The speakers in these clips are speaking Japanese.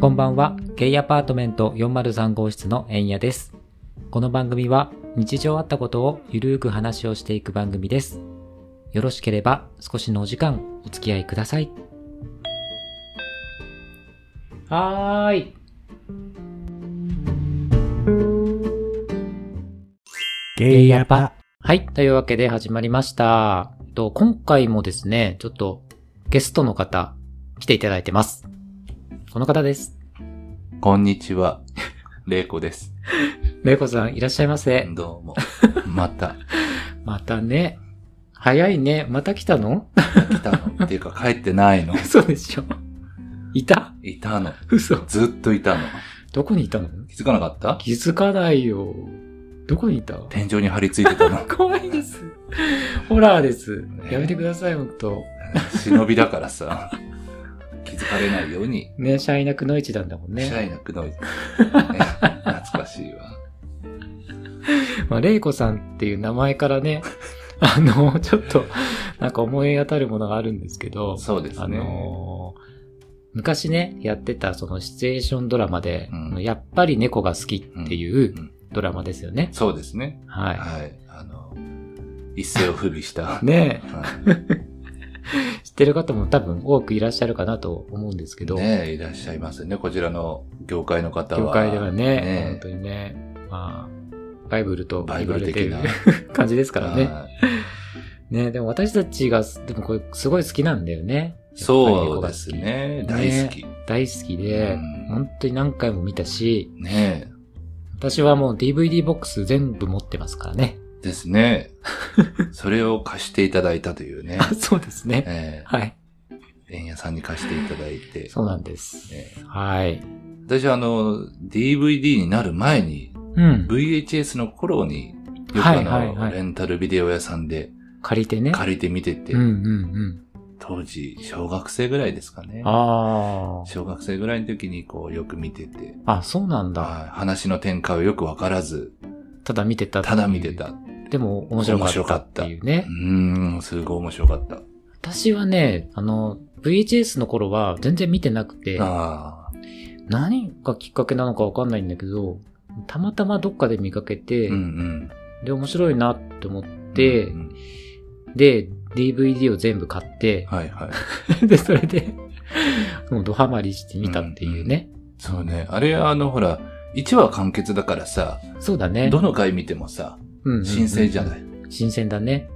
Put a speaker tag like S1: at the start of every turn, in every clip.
S1: こんばんは。ゲイアパートメント403号室の円谷です。この番組は日常あったことをゆるーく話をしていく番組です。よろしければ少しのお時間お付き合いください。はーい。
S2: ゲイヤパ。
S1: はい。というわけで始まりました。えっと今回もですね、ちょっとゲストの方来ていただいてます。この方です。
S3: こんにちは。 れいこです。
S1: めいこさんいらっしゃいませ。
S3: どうも。また
S1: またね。早いね。また来たの
S3: 来たの。っていうか帰ってないの。
S1: 嘘でしょ。いた
S3: いたの。
S1: 嘘。
S3: ずっといたの。
S1: どこにいたの
S3: 気づかなかった
S1: 気づかないよ。どこにいた。
S3: 天井に張り付いてたの
S1: 怖いです。ホラーです
S3: ね。
S1: やめてください、ほんと。
S3: 忍びだからさ。気づかれないように。
S1: ね、シャイなくの市なんだもん
S3: シャ
S1: ね。
S3: イなくの い、ね。懐かしいわ。
S1: まあ、レイコさんっていう名前からね、 あの、ちょっと、なんか思い当たるものがあるんですけど、
S3: そうですね。
S1: あの昔ね、やってたそのシチュエーションドラマで、
S3: うん
S1: やっぱり猫が好きっていう
S3: うん
S1: ドラマですよね。
S3: そうですね。
S1: は
S3: はい。あの、一世を不備した。
S1: い。 ね
S3: は
S1: え知ってる方も多分多くいらっしゃるかなと思うんですけ
S3: い。
S1: ど、
S3: ねえいらっしゃいますね。こちらの業界の方は。
S1: 業界ではね、
S3: ね
S1: 本当にね、まあ、バイブルと
S3: バイ
S1: 言
S3: ブ
S1: わ
S3: ル
S1: れて
S3: 的
S1: る
S3: な。
S1: 感じですからね。
S3: はい
S1: ねでも私たちが、でもこれすごい好きなんだよね。
S3: そうです
S1: やっぱり
S3: ね。
S1: 猫が好き
S3: 大好き。
S1: 猫が大好きで、
S3: うん
S1: 本当に何回も見たし、
S3: ね
S1: 私はもう DVD ボックス全部持ってますからね。
S3: え。ですね。それを貸していただいたというね。
S1: あそうです ね。
S3: え
S1: はい。
S3: え円谷さんに貸していただいて。
S1: そうなんです。
S3: ええ
S1: はい。
S3: 私はあの、DVD になる前に、
S1: うん。
S3: VHS の頃に、よく
S1: は
S3: あ
S1: いはいは
S3: の、
S1: い
S3: レンタルビデオ屋さんで
S1: 借りてね。
S3: 借りて見てて
S1: うん、うん
S3: 当時、小学生ぐらいですかね
S1: うん。。あ
S3: 小学生ぐらいの時にこう、よく見てて、
S1: あ。あ、そうなんだ。
S3: はい話の展開をよくわからず、
S1: ただ見てたっていう
S3: ただ見てた。。う
S1: でも面白かったっていうね。
S3: ーん、すごい面白かった。
S1: 私はね、あの、VHS の頃は全然見てなくて、
S3: ああ、
S1: 何がきっかけなのかわかんないんだけど、たまたまどっかで見かけて、
S3: うんうん。
S1: で、面白いなって思って、
S3: うんうん
S1: で、DVD を全部買って、
S3: はいはい。
S1: で、それで、もうドハマりして見たっていうね。
S3: そうね。あれ、あの、ほら、1話完結だからさ、
S1: そうだね。
S3: どの回見てもさ、
S1: うんうんうん
S3: 新鮮じゃない。
S1: 新鮮だね。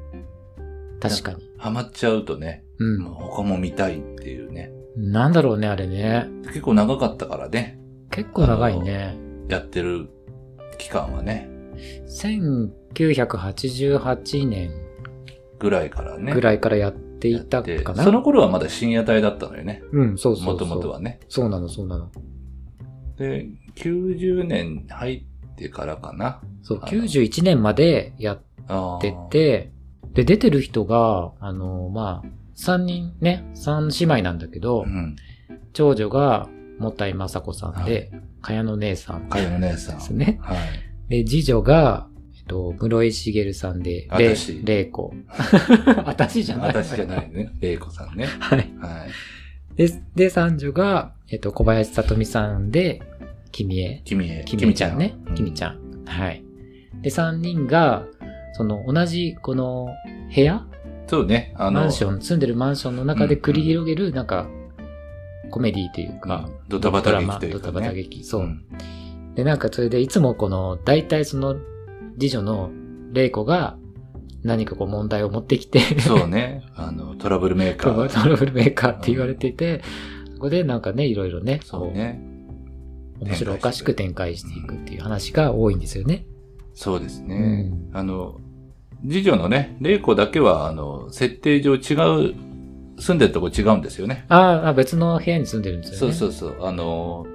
S1: 確かに。
S3: ハマっちゃうとね、
S1: う
S3: も
S1: ん
S3: う。他も見たいっていうね。
S1: なんだろうね、あれね。
S3: 結構長かったからね、
S1: 結構長いね。
S3: やってる期間はね、
S1: 1988年
S3: ぐらいからね。
S1: ぐら
S3: い
S1: いからやっていたかな。
S3: その頃はまだ深夜帯だったのよね。
S1: うん、そうそ
S3: も
S1: うそ
S3: と
S1: う。
S3: もとはね。
S1: そうなの、そうなの。
S3: で、90年入ってからかな。
S1: そう、
S3: あの
S1: 91年までやっ
S3: あ
S1: て
S3: ー、
S1: て、で、出てる人が、あの、まあ、三人ね、三姉妹なんだけど、
S3: うん。
S1: 長女が、もたいまさこさんで、かやの姉さん
S3: かよの姉さ
S1: で
S3: ん。
S1: すね。
S3: はい。
S1: で、次女が、えっと、室井茂さんで、れ
S3: 私
S1: れい こ。あたしじゃない。
S3: 私じゃないね。玲子さんね。
S1: はい。
S3: はい。
S1: で、で、三女が、えっと、小林さとみさんで、君へ。
S3: 君へ。
S1: 君ちゃんね。君ち
S3: ゃん。
S1: ゃん。はい。で、三人が、その、同じ、この、部屋
S3: そうね。あの、
S1: マンション、住んでるマンションの中で繰り広げる、なんか、コメディというか
S3: が、ドタバタ劇とい
S1: ド
S3: う
S1: タ
S3: か、
S1: バ
S3: ね。
S1: タ劇。そうう。
S3: ん
S1: で、なんかそれでいつもこの、大体その、次女の玲子が何かこう問題を持ってきて、
S3: そうね。あの、トラブルメー カ
S1: トラ
S3: ー。
S1: トラブルメーカーって言われていて、そこでなんかね、いろいろね、
S3: そうね。
S1: こう面白おかしく展開していくっていう話が多いんですよね。
S3: そうですね。
S1: うん
S3: あの、次女のね、玲子だけは、あの、設定上違う、住んでるとこ違うんですよね。
S1: あああ、別の部屋に住んでるんです
S3: そ
S1: よ
S3: う
S1: ね。
S3: そううそう。あの、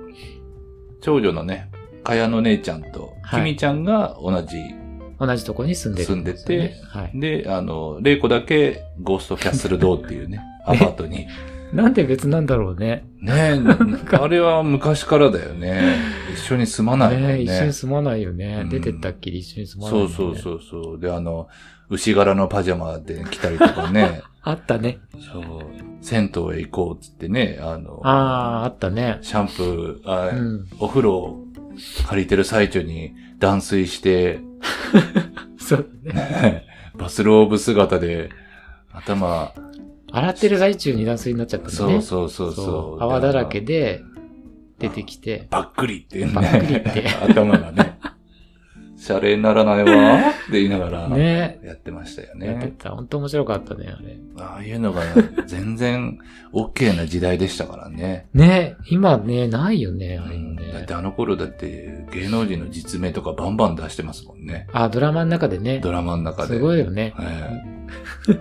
S3: 長女のね、かやの姉ちゃんと、
S1: はい
S3: 君ちゃんが同じ。
S1: そう。同じとこに住んでるですよね、
S3: 住
S1: はい。
S3: で、あの、玲子だけ、ゴーストキャッスル堂っ ていうね、アパートに。
S1: なんで別なんだろうね。
S3: ねえ、あれは昔からだよね。一緒に住まないもん
S1: ね
S3: ね。
S1: 一緒に住まないよね。
S3: うん
S1: 出てったっきり一緒に住まない、
S3: そ
S1: ね。
S3: うそうそう そう。で、あの、牛柄のパジャマで来たりとかね。
S1: あったね。
S3: そう。銭湯へ行こうっつってね、あの、
S1: ああー、あったね。
S3: シャンプー、あ
S1: うん。
S3: お風呂を借りてる最中に断水して、
S1: そうだね。
S3: バスローブ姿で、頭、
S1: 洗ってる最中に断水になっちゃったんだ
S3: そ
S1: ね。
S3: うそうそうそう。
S1: 泡だらけ
S3: で。
S1: で出てきて。
S3: ばっくりっていうね。
S1: ばっくりって
S3: 頭 がね。シャレにならないわーって言いながら、
S1: ね。
S3: やってましたよ
S1: やって
S3: ね。
S1: た。本当面白かったね、あれ。
S3: ああいうのが全然 OK な時代でしたからね。
S1: ね、今ね、ないよね、
S3: う
S1: あれも
S3: んだっ
S1: ね
S3: て。あの頃だって芸能人の実名とかバンバン出してますもんね。
S1: あ、ドラマの中でね。
S3: ドラマの中で。
S1: すごいよね。
S3: ええ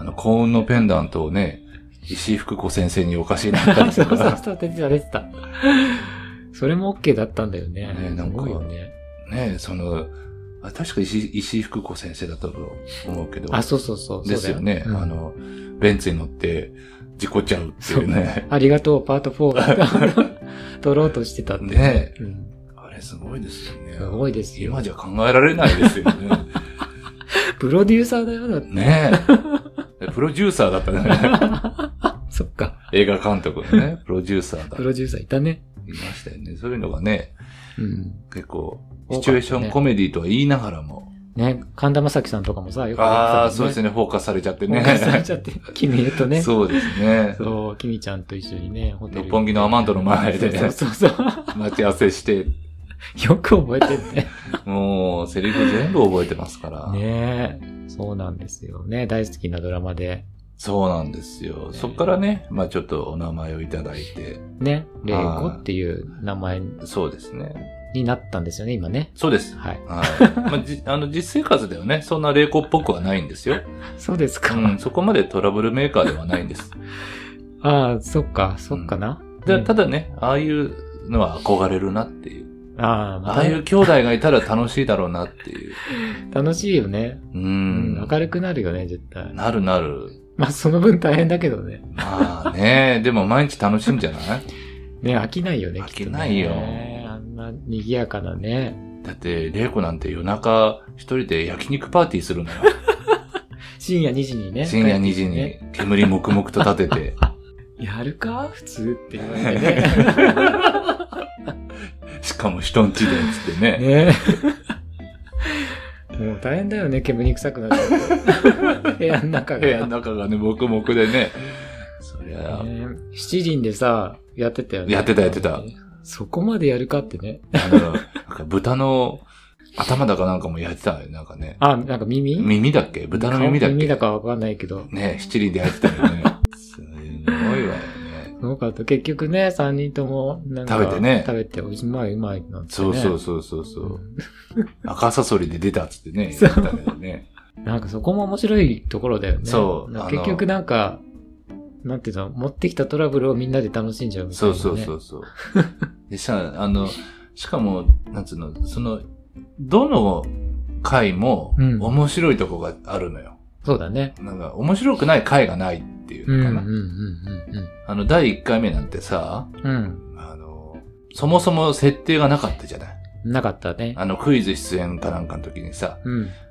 S3: あの、幸運のペンダントをね、石井福子先生にお貸しになった り
S1: そ
S3: と
S1: うそう
S3: か、
S1: そう、出てた、出てた。それも OK だったんだよね。
S3: ねなん
S1: す
S3: か
S1: ごいよね。
S3: ねえ、その、あ確か石井石井福子先生だったと思うけど、
S1: あ、そうそうそう。そうだ
S3: ですよね、
S1: うん
S3: あの、ベンツに乗って事故っちゃうっていうね。
S1: ありがとう、パート4が 撮ろうとしてたって。
S3: ねえ
S1: うん、
S3: あれすごいですよね。
S1: すごいですよ。
S3: 今じゃ考えられないですよ ね。
S1: プロデューサーだよ、だって。
S3: ねえ。プロデューサーだっ たね。
S1: そっか。
S3: 映画監督のね、プロデューサーだ。
S1: プ
S3: い
S1: ロデューサーいたね。
S3: ましたよね。そういうのがね、
S1: うん。
S3: 結構、
S1: 多かったね
S3: シチュエーションコメディとは言いながらも、
S1: ね、神田正輝さんとかもさ、よく
S3: ああ、そうです
S1: ね。
S3: ね。フォーカスされちゃって
S1: お
S3: ね。
S1: 母さんちゃ って、君へとね。そう。
S3: そうですね。
S1: 君ちゃんと一緒にね、ホテル。
S3: 六本木のアマンドの前で
S1: そうそうそうそう。
S3: 待ち合わせして、
S1: よく覚えてる ね。
S3: もう、セリフ全部覚えてますから。
S1: ねえ。そうなんですよね。大好きなドラマで。
S3: そうなんですよ。そっからね、まあちょっとお名前をいただいて、
S1: ね、玲子っていう名前
S3: そうですね。
S1: になったんですよね、今ね。
S3: そうです。
S1: はい。
S3: はい。まあ、じ あの、実生活ではね、そんな霊子っぽくはないんですよ。
S1: そうですか。
S3: うん、そこまでトラブルメーカーではないんです。
S1: ああ、そっか、そっかな。
S3: で
S1: ね
S3: ただね、ああいうのは憧れるなっていう。
S1: ああ、ま
S3: ああいう兄弟がいたら楽しいだろうなっていう。
S1: た楽しいよね。
S3: う
S1: うん、
S3: ん。
S1: 明るくなるよね、絶対。
S3: なるなる。
S1: まあ、その分大変だけどね。
S3: まあね、 でも毎日楽しいんじゃない
S1: ね、飽きないよね、
S3: 飽きないよ
S1: きっとねあんな賑やかなね、
S3: だって、玲子なんて夜中一人で焼肉パーティーするのよ。
S1: 深夜2時にね。
S3: 深夜2
S1: 帰
S3: 時
S1: って
S3: に煙黙々と立てて、
S1: きてね。やるか普通って言われてね。
S3: しかも人んちで、つって ね。
S1: ねもう大変だよね、煙臭くなっちゃ うと。部屋の中が。
S3: 部屋の中がね、黙々でね。そりゃ、
S1: ね七輪でさ、やってたよね。
S3: やってたやってた。
S1: そこまでやるかってね。
S3: あの、なんか豚の頭だかなんかも焼いてたのよ、なんかね。
S1: あ、なんか耳
S3: 耳だっけ豚の耳だっ
S1: 顔耳
S3: け
S1: だかわかんないけど。
S3: ね、七輪で焼いてたよね。すごいわよね。
S1: すごかった。結局ね、三人とも、なんか。
S3: 食べてね
S1: 食べて、おいしまいうまいなんて、ね。
S3: そうそうそうそうそう。
S1: ん
S3: 赤サソリで出たっつってね、
S1: そ
S3: 言
S1: う
S3: ってたけどね。
S1: なんかそこも面白いところだよね。
S3: そう
S1: なんか
S3: あの
S1: 結局なんか、なんていうの、持ってきたトラブルをみんなで楽しんじゃうみたい
S3: そ
S1: な、
S3: う
S1: ね。
S3: そうそうそう。でさ、あの、しかも、なんつうの、その、どの回も
S1: うん
S3: 面白いとこがあるのよ。
S1: そうだね。
S3: なんか、面白くない回がないっていう
S1: うん
S3: の
S1: う
S3: か
S1: ん
S3: な。
S1: うん
S3: あの、第1回目なんてさ、
S1: うんうん。うん。
S3: あの、そもそも設定がなかったじゃない。
S1: なかったね。
S3: あの、クイズ出演かなんかの時にさ、
S1: うん。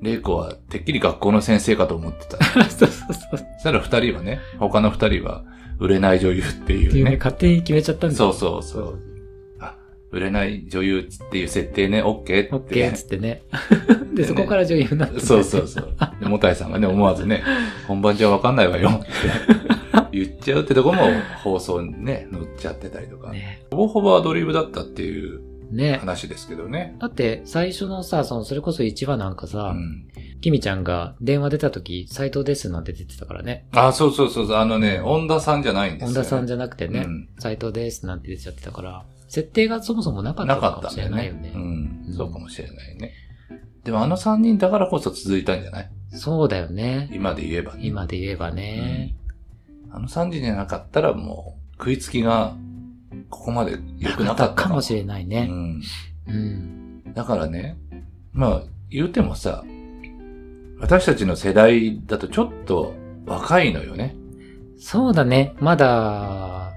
S3: 玲子はてっきり学校の先生かと思ってた。
S1: そうそうそう。っ
S3: そしたら二人はね、他の二人は売れない女優ってい
S1: ていううね、
S3: ね。
S1: 勝手に決めちゃったんだ
S3: そう
S1: よ。
S3: そうそう。あ、売れない女優っていう設定ね、オッケー
S1: オ
S3: っ
S1: ッケ
S3: て
S1: ーっ
S3: ね。
S1: つってね。 で、そこから女優になったんだよね。
S3: そうそうそう。で、もたいさんがね、思わずね、本番じゃわかんないわよって言っちゃうってとこも放送にね、乗っちゃってたりとか。
S1: ね。
S3: ほぼほぼアドリブだったっていう
S1: ね。
S3: 話ですけどね。
S1: だって、最初のさ、その、それこそ1話なんか
S3: う
S1: さ、
S3: ん。
S1: キミちゃんが電話出た時、斎藤ですなんて出てたからね。
S3: あ、そうそうそうそう。あのね、恩田さんじゃないんですよ、
S1: 本田さんじゃなくてね
S3: う、ん
S1: 斎、藤ですなんて出ちゃってたから、設定がそもそもなかった
S3: な
S1: の
S3: か
S1: か
S3: っ
S1: も
S3: たん
S1: し
S3: だ
S1: れ
S3: よ
S1: ない
S3: ね
S1: よね。。
S3: うん
S1: う。ん
S3: そうかもしれないね。でもあの3人だからこそ続いたんじゃない
S1: そうだよね。
S3: 今で言えばね。
S1: 今で言えばね。
S3: あの3人じゃなかったらもう食いつきがここまで良くなかった
S1: かもしれない
S3: な
S1: ね。うん。
S3: うん。だからね、まあ言うてもさ、私たちの世代だとちょっと若いのよね。
S1: そうだね。まだ、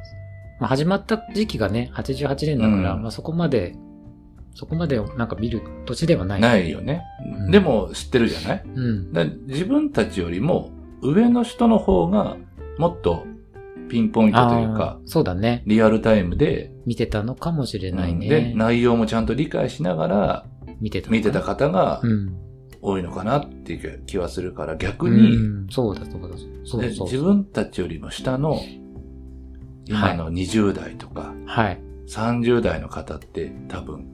S1: まあ、始まった時期がね、88年だから、
S3: うん
S1: まあそこまで、そこまでなんか見る年ではない。
S3: ないよね。
S1: うん
S3: でも知ってるじゃない
S1: うん。
S3: だ自分たちよりも上の人の方がもっとピンポイントというか
S1: あ、ーそうだね。
S3: リアルタイムで、
S1: 見てたのかもしれない
S3: うんで、
S1: ね。
S3: 内容もちゃんと理解しながら
S1: 見てたのかな。
S3: 見てた方が
S1: うん。
S3: 多いのかなっていう気はするから、逆
S1: う
S3: に、
S1: んそうだ、そうだ、そう
S3: で
S1: だ。そうそ
S3: 自
S1: う。
S3: 分たちよりも下の、今の20代とか
S1: はい。
S3: 30代の方って多分、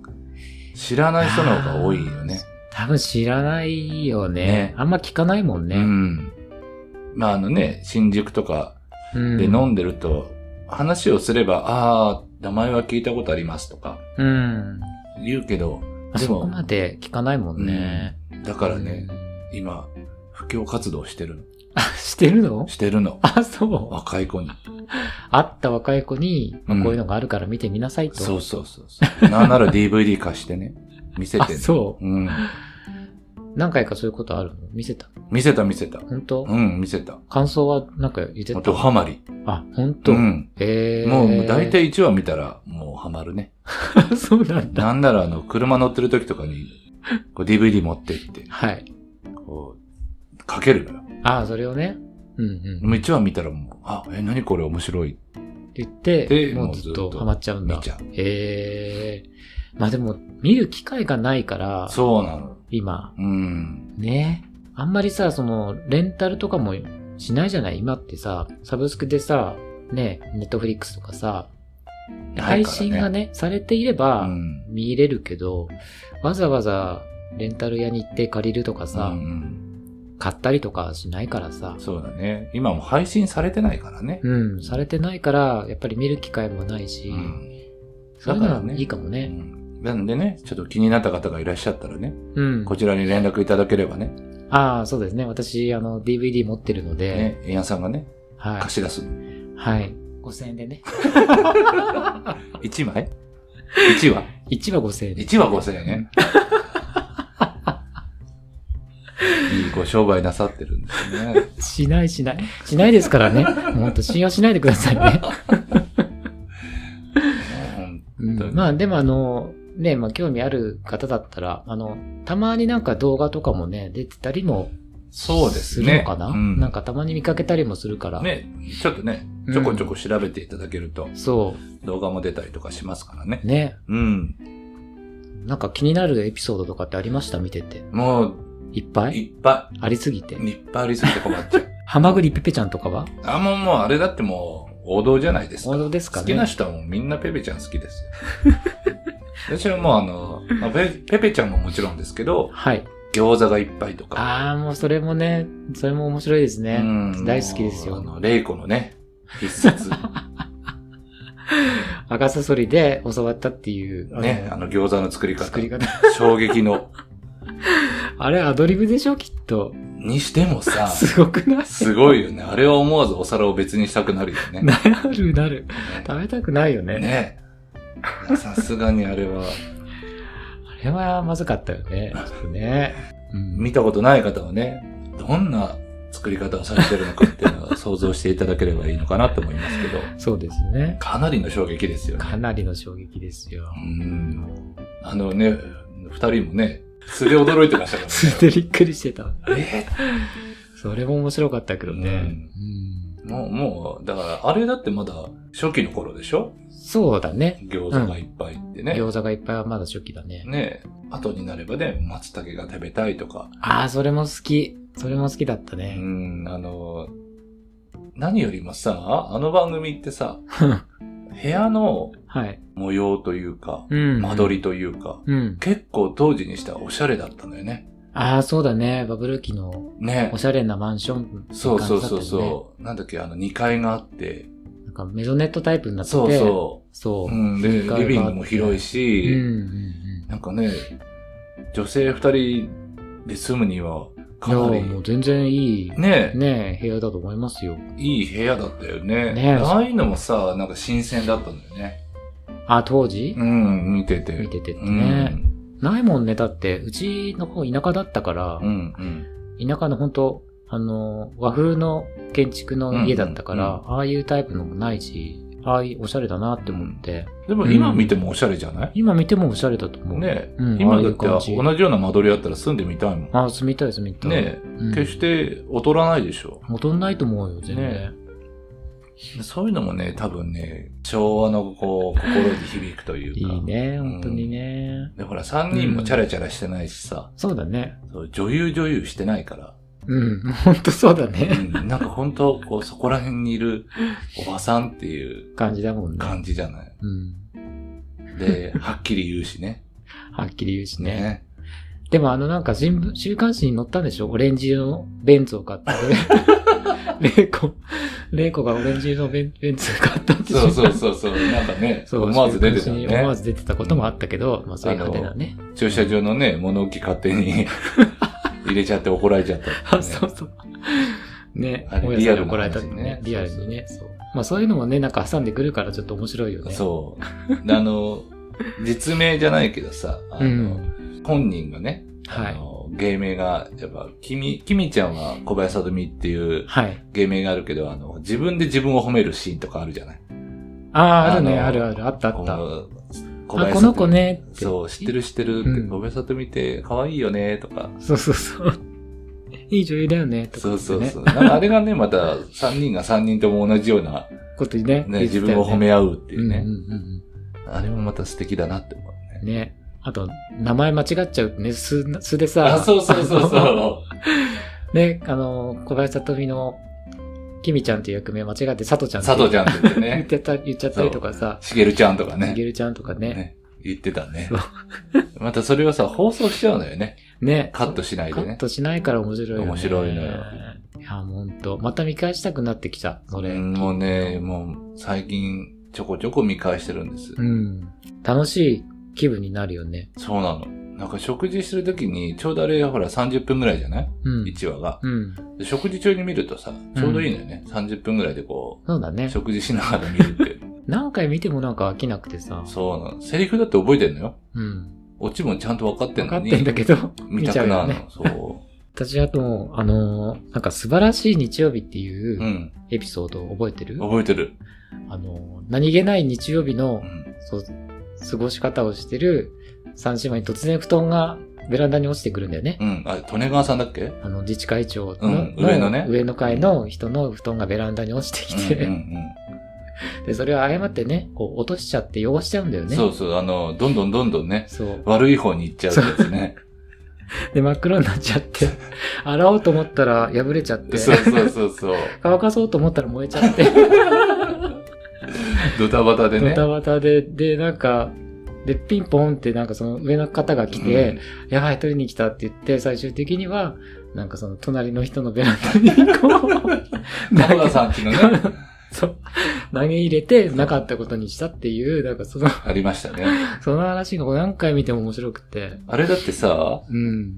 S3: 知らない人の方が多いよね。
S1: 多分知らないよね。
S3: ね
S1: あんま聞かないもん
S3: う
S1: ね。
S3: ん。まああのね、新宿とか
S1: うん。
S3: で飲んでると、話をすれば、ああ、名前は聞いたことありますとか
S1: うん。
S3: 言うけど、
S1: あ
S3: で
S1: そこ
S3: も、
S1: まで聞かないもんね。
S3: だからね、今、布教活動してる
S1: あ、してるの
S3: の。してるの。
S1: あ、そう。
S3: 若い子に。
S1: 会った若い子に、まあ
S3: うん
S1: こういうのがあるから見てみなさいと。
S3: そうそうそうそう。なんなら DVD 貸してね、見せ
S1: あ、
S3: てね。
S1: そう。
S3: うん。
S1: 何回かそういうことあるの見せた。
S3: 見せた見せた。
S1: 本当
S3: うん、見せた。
S1: 感想はなんか言って
S3: もう
S1: た
S3: ドハマり。
S1: あ、本
S3: う
S1: 当
S3: ん。
S1: えー。
S3: もう大。体1話見たら、もうハマるね。
S1: そうなんだ。
S3: なんならあの、車乗ってる時とかに、こう DVD 持ってって、
S1: はい。
S3: こう、かけるのよ。
S1: あ、それをね。うんうん。
S3: もう1話見たらもう、あ、え、何これ面白いっ
S1: 言って、
S3: で
S1: もう
S3: もう
S1: ず
S3: ず
S1: っ
S3: っ
S1: と
S3: と
S1: ハマっちゃう
S3: て
S1: んだ
S3: 見。ちゃう。
S1: えー。まあでも、見る機会がないから、
S3: そうなの。
S1: 今。
S3: うん。
S1: ね。あんまりさ、その、レンタルとかもしないじゃない今ってさ、サブスクでさ、ね、ネットフリックスとかさ、
S3: な
S1: 配
S3: いから
S1: 信がね、されていれ
S3: う
S1: ば、
S3: ん。
S1: 見れるけど、わざわざレンタル屋に行って借りるとかさ、
S3: うんうん
S1: 買ったりとかしないからさ、
S3: そうだね。今もう配信されてないからね。
S1: うん、されてないから、やっぱり見る機会もないし、
S3: うん
S1: それな
S3: だかららね
S1: いいかも
S3: う
S1: ね。
S3: んなんでね、ちょっと気になった方がいらっしゃったらね、
S1: うん。
S3: こちらに連絡いただければね、
S1: ああ、そうですね。私、あの、DVD 持ってるので、
S3: ね、エンさんがね、
S1: はい
S3: 貸。し出す。
S1: はい。5000円でね。
S3: 1枚 ?1 話
S1: 1は5000円。
S3: ?1 話5000円ね。 いいご商売なさってるんですね。
S1: しないしない。しないですからね。もうほんと信用しないでくだ さいね。
S3: うん
S1: うんまあでもあの、ね、まあ興味ある方だったら、あの、たまになんか動画とかもね、出てたりも
S3: そうです
S1: るの
S3: ね。
S1: かな、
S3: うん
S1: なんかたまに見かけたりもするから。
S3: ね、ちょっとね、ちょこちょこ調べていただけると、
S1: そ
S3: 動画も出たりとかしますからね
S1: う。。ね。
S3: うん。
S1: なんか気になるエピソードとかってありました見てて。
S3: もう、
S1: いっぱい
S3: いっぱ
S1: ありすぎて
S3: い、。いっぱいありすぎて困っちゃう。
S1: ハマグリペペちゃんとかは
S3: あ、もうもうあれだってもう王道じゃないですか。
S1: 王道ですかね
S3: 好きな人はもうみんなペペちゃん好きですよ。 私はもうあの、まあペ、ペペちゃんももちろんですけど、
S1: はい。
S3: 餃子がいっぱいとか。
S1: ああ、もうそれもね、それも面白いですね。
S3: うん
S1: 大好きですよ
S3: もうあの、レイコのね、必殺。
S1: アガサソリで教わったっていう。
S3: ね、あの餃子の作り方。
S1: 作り方。
S3: 衝撃の。
S1: あれアドリブでしょきっと。
S3: にしてもさ、
S1: すごくない
S3: すごいよね。あれは思わずお皿を別にしたくなるよ ね。
S1: なるなる。食べたくないよね。
S3: ね。さすがにあれは、
S1: あれはまずかったよね。ちょっとね。うん
S3: 見たことない方はね、どんな作り方をされてるのかっていうのは想像していただければいいのかなと思いますけど、
S1: そうですね。
S3: かなりの衝撃ですよね。
S1: かなりの衝撃ですよ
S3: う。ん。あのね、二人もね、素で驚いて ましたか
S1: それでびっくりしてた。
S3: らね。
S1: それも面白かったけどね。
S3: えもう、もう、だから、あれだってまだ初期の頃でしょ
S1: うんそうだね。
S3: 餃子がいっぱいってね。
S1: 餃子がいっぱいはまだ初期だね。
S3: ねえ後になればね、松茸が食べたいとか、
S1: ああ、それも好き。それも好きだった
S3: う
S1: ね。
S3: ん、あの、何よりもさ、あの番組っ てさ、部屋の
S1: はい。
S3: 模様というか、
S1: うん。
S3: 間取りというか、
S1: うん。
S3: 結構当時にしてはおしゃれだったのよね。
S1: ああ、そうだね。バブル期の
S3: ね
S1: お。しゃれなマンション、
S3: そうそうそうそう。なんだっけ、あの、2階があって。
S1: う。なんかメゾネットタイプになってて。
S3: そうそ。
S1: そうう。
S3: うん、で、
S1: 二階があって
S3: リビングも広い
S1: うんうん
S3: し、なんかね、女性2人で住むには、
S1: うん。い
S3: か
S1: や、
S3: な
S1: もう
S3: り、
S1: 全然いい、
S3: ね、
S1: ね、部屋だと思いますよ。
S3: いい部屋だったよね。
S1: ね
S3: ああいうのもさ、なんか新鮮だったんだよね。
S1: あ、当時、
S3: うん、見てて。
S1: 見ててって
S3: うん
S1: ね、ないもんね。だって、うちの方田舎だったから、
S3: うん、うん。
S1: 田舎の本当あの、和風の建築の家だったから、
S3: うんう
S1: ああいうタイプのもないし、ああいうおしゃれだなって思って、
S3: でも今見てもおしゃれじゃない、
S1: 今見てもおしゃれだと思う。
S3: ね、
S1: うん
S3: 今
S1: ああ
S3: だ
S1: いう感
S3: っ
S1: じ
S3: て同じような間取りあったら住んでみたいもん。
S1: ああ、住みたい住みたい。
S3: ね
S1: うん
S3: 決して劣らないでしょ。
S1: 戻んないと思うよ、全然。
S3: そういうのもね、多分ね、昭和のこう、心に響くとい
S1: いう
S3: か。
S1: いね、本当にね。
S3: で、ほら、3人もチャラチャラしてないしさ、
S1: そうだね。
S3: そう女優女優してないから、
S1: うん、本当そうだ
S3: う
S1: ね。
S3: ん、なんか本当こう、そこら辺にいるおばさんっていう
S1: 感じだもんね。
S3: 感じじゃない。
S1: うん。
S3: で、はっきり言うしね。
S1: はっきり言うしね。
S3: ね。
S1: でもあのなんか新聞、週刊誌に載ったんでしょオレンジ色のベンツを買っ た。レイコ、レイコがオレンジ色のベンベンツを買ったって
S3: そうそうそうそう、なんかね、
S1: そう
S3: 思わず出てた
S1: 週刊誌に思わ
S3: ね。
S1: ず出てたこともあったけど、まあそういう派手なね。
S3: 駐車場のね、物置勝 手に入れちゃって怒られちゃったっていうね、
S1: あ、そうそう。ね
S3: あ、れ
S1: 大家さんに怒られたりね。リ
S3: リ
S1: ア
S3: ア
S1: ル
S3: ルな話ね
S1: にね。そう。まあそういうのもね、なんか挟んでくるからちょっと面白いよね。
S3: そう。あの、実名じゃないけどさ、あ
S1: う
S3: の、
S1: ん。
S3: 本人がね、
S1: は
S3: あ
S1: い。
S3: の芸名が、やっぱ、きみ、きみちゃんは小林さとみっていう
S1: はい。
S3: 芸名があるけど、あの、自分で自分を褒めるシーンとかあるじゃない
S1: ああ、あるね、
S3: あの
S1: あるある、あったあ
S3: こ
S1: った。
S3: の小
S1: あ、
S3: 林
S1: こ
S3: さ
S1: の
S3: と
S1: 子
S3: み。
S1: ねって。
S3: そう、知ってる知ってるって、
S1: うん
S3: 小林さとみって可愛いよね、とか。
S1: そうそうそう。いい女優だよね、とか
S3: そ
S1: 言
S3: う
S1: って
S3: そ
S1: ね、
S3: うそう。なんかあれがね、また3人が3人とも同じような、
S1: ことね。
S3: ね、
S1: 言って
S3: 自
S1: たよ
S3: 分を褒め合うっていう
S1: うん
S3: ね。
S1: うんうん
S3: あれもまた素敵だなって思う
S1: う
S3: ね。
S1: んね。あと、名前間違っちゃうとね、素、素でさ。
S3: あ、そうそうそう
S1: あの
S3: そ
S1: ね、あの、小林さとみの、きみちゃんっていう役名間違って、さとちゃん
S3: う。
S1: って
S3: 佐藤ちゃんって言って
S1: 言っ
S3: ね。
S1: てた、言っちゃったりとかさ、
S3: しげるちゃんとか
S1: し
S3: ね。
S1: げるちゃんとかね。
S3: ね。言ってたね
S1: そう。
S3: またそれをさ、放送しちゃうのよね。
S1: ね。
S3: カットしない
S1: カ
S3: で
S1: ッ
S3: ね。
S1: トしないから面白いよね。
S3: 面白いのよ
S1: いや、もうほんと。また見返したくなってきた、それ。
S3: うんもうね、もう最近ちょこちょこ見返してるんです。
S1: うん。楽しい気分になるよね。
S3: そうなの。なんか食事してる時に、ちょうどあれ、ほら30分ぐらいじゃない
S1: うん。
S3: ?1 話が。
S1: うん。
S3: で食事中に見るとさ、ちょうどいいのよね。30分ぐらいでこ
S1: そうだね
S3: う、。食事しながら見る って。
S1: 何回見てもなんか飽きなくてさ。
S3: そうなの。セリフだって覚えてんのよ。
S1: うん。
S3: オチもちゃんと分かってん
S1: 分か
S3: の
S1: っ
S3: に。
S1: てんだけど、
S3: 見
S1: 見
S3: た
S1: ちゃ
S3: く
S1: う
S3: な
S1: よ
S3: る
S1: ね。
S3: の。そ。
S1: 私、あと、あのーなんか素晴らしい日曜日っていう
S3: う。
S1: うんエピソードを覚えてる、
S3: 覚えてる。
S1: あのー何気ない日曜日の
S3: う、ん。
S1: そう、過ごし方をしてる三姉妹に突然布団がベランダに落ちてくるんだよね。
S3: うん。あ、利根川さんだっけ
S1: あの、自治会長の,、
S3: うん上のね
S1: 上の階の人の布団がベランダに落ちてきて、
S3: うんうん
S1: で、それを誤ってね、こう落としちゃって汚しちゃうんだよ
S3: うん。
S1: ね。
S3: そうそう。あの、どんどんどんどんね、
S1: そう。
S3: 悪い方に行っちゃうやつね。
S1: で、真っ黒になっちゃって、洗おうと思ったら破れちゃって、
S3: そうそうそうそう。
S1: 乾かそうと思ったら燃えちゃって、
S3: ドタバタ で
S1: ド
S3: ね。
S1: タバタで、で、なんか、で、ピンポンってなんかその上の方が来て、やばい、取りに来たって言って、最終的には、なんかその隣の人のベランダにこう、
S3: う
S1: 投
S3: ん、浜
S1: げ
S3: 田さんちのね、
S1: そう投げ入れて、なかったことにしたっていう、なんかその、
S3: ありましたね。
S1: その話が何回見ても面白くて、
S3: あれだってさ、
S1: うん。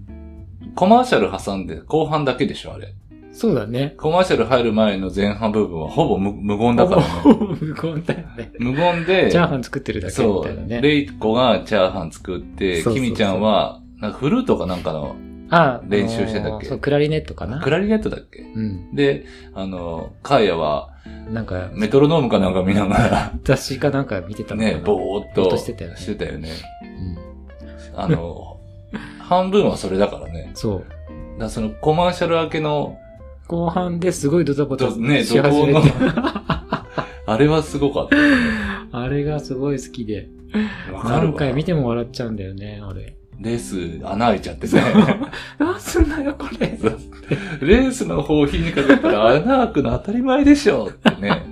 S3: コマーシャル挟んで後半だけでしょ、あれ。
S1: そうだ ね。
S3: コマーシャル入る前の前半部分はほぼ無無言だから、
S1: ほ
S3: ね。
S1: ぼ無言だよね。
S3: 無言 で、
S1: チャーハン作ってるだけみ
S3: そ
S1: たいな
S3: う、
S1: ね。
S3: レイコがチャーハン作って、
S1: そうそうそう
S3: キミちゃんは、なんかフルートかなんかの、
S1: あ
S3: 練習し
S1: あ
S3: てたっけ
S1: のーそう、クラリネットかな
S3: クラリネットだっけ
S1: うん。
S3: で、あの、カーヤは、
S1: なんか、
S3: メトロノームかなんか見 なが
S1: 雑誌かなんか見てた
S3: ら、
S1: のかな
S3: ね、ぼーっ
S1: ぼーっ
S3: と
S1: としてたよね
S3: してたよね。
S1: うん。
S3: あの、半分はそれだからね。
S1: そう。
S3: だからそのコマーシャル明けの、
S1: 後半ですごいドタバタ
S3: どね、
S1: し
S3: 怒
S1: 始
S3: 涛
S1: め
S3: の
S1: て、、
S3: あれはすごかっ
S1: あれがすごい好きで、
S3: た。わかる
S1: 何
S3: わ。
S1: 回見ても笑っちゃうんだよね、あ れ。
S3: レース穴開いちゃってね。
S1: あ、すんなよ、これ。
S3: そうレースの方を火にかけたら穴開くの当たり前でしょってね。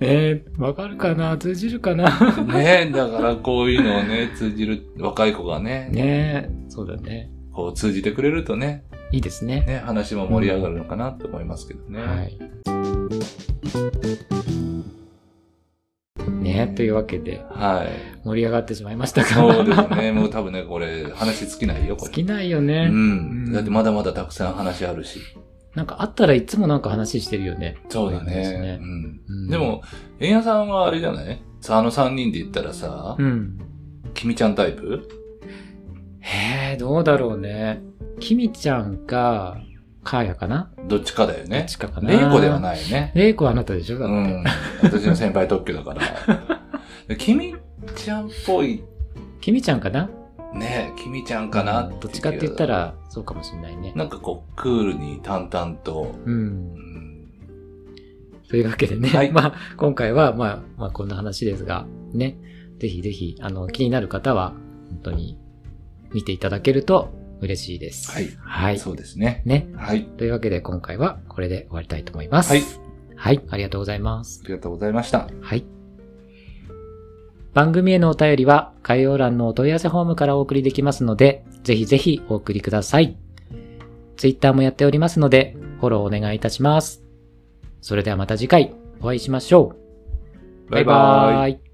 S1: えー、わかるかな通じるかな
S3: ねだからこういうのをね、通じる若い子がね、
S1: ねえ、そうだね。
S3: こう通じてくれるとね、
S1: いいですね。
S3: ね、話も盛り上がるのかなと思いますけどね。
S1: はい。ねえ、というわけで、
S3: はい。
S1: 盛り上がってしまいましたが。
S3: そうですね。 もう多分ね、これ、話尽きないよ、こ
S1: 好
S3: れ。
S1: きないよね。
S3: うん。
S1: うん
S3: だってまだまだたくさん話あるし。
S1: なんかあったらいつもなんか話してるよね。
S3: そうだ
S1: そうです
S3: ね
S1: ね。
S3: うん。
S1: うん
S3: で、も、円谷さんはあれじゃないさあの3人で言ったらさ
S1: う、ん。
S3: 君ちゃんタイプ
S1: へえ、どうだろうね。きみちゃんか、かーやかな
S3: どっちかだよ
S1: どっ
S3: ね。
S1: ちかかな。
S3: 玲子では
S1: ない。
S3: ないね。
S1: レイコはあなたでしょだっ
S3: う
S1: て。
S3: ん。私の先輩特許 だから。で君ちゃんっぽい、
S1: きみちゃんかな
S3: ね、君ちゃんかな
S1: う
S3: てい
S1: ん
S3: う
S1: どっちかって言った。ら、そうかもしれないね。
S3: なんかこう、クールに淡々と、
S1: う。
S3: うんん
S1: というわけでね、
S3: はい
S1: まあ、今回は、まあ、まあ、こんな話ですが、ね、ぜひぜひ、あの、気になる方は、本当に、見ていただけると嬉しいです。
S3: はい
S1: はい。
S3: そうですね。
S1: ね。
S3: はい。
S1: というわけで、今回はこれで終わりたいと思います。
S3: はい。
S1: はい、ありがとうございます。
S3: ありがとうございました。
S1: はい。番組へのお便りは概要欄のお問い合わせフォームからお送りできますので、ぜひぜひお送りください。Twitter もやっておりますので、フォローお願いいたします。それではまた次回お会いしましょう。
S3: バイバイ。
S1: イ。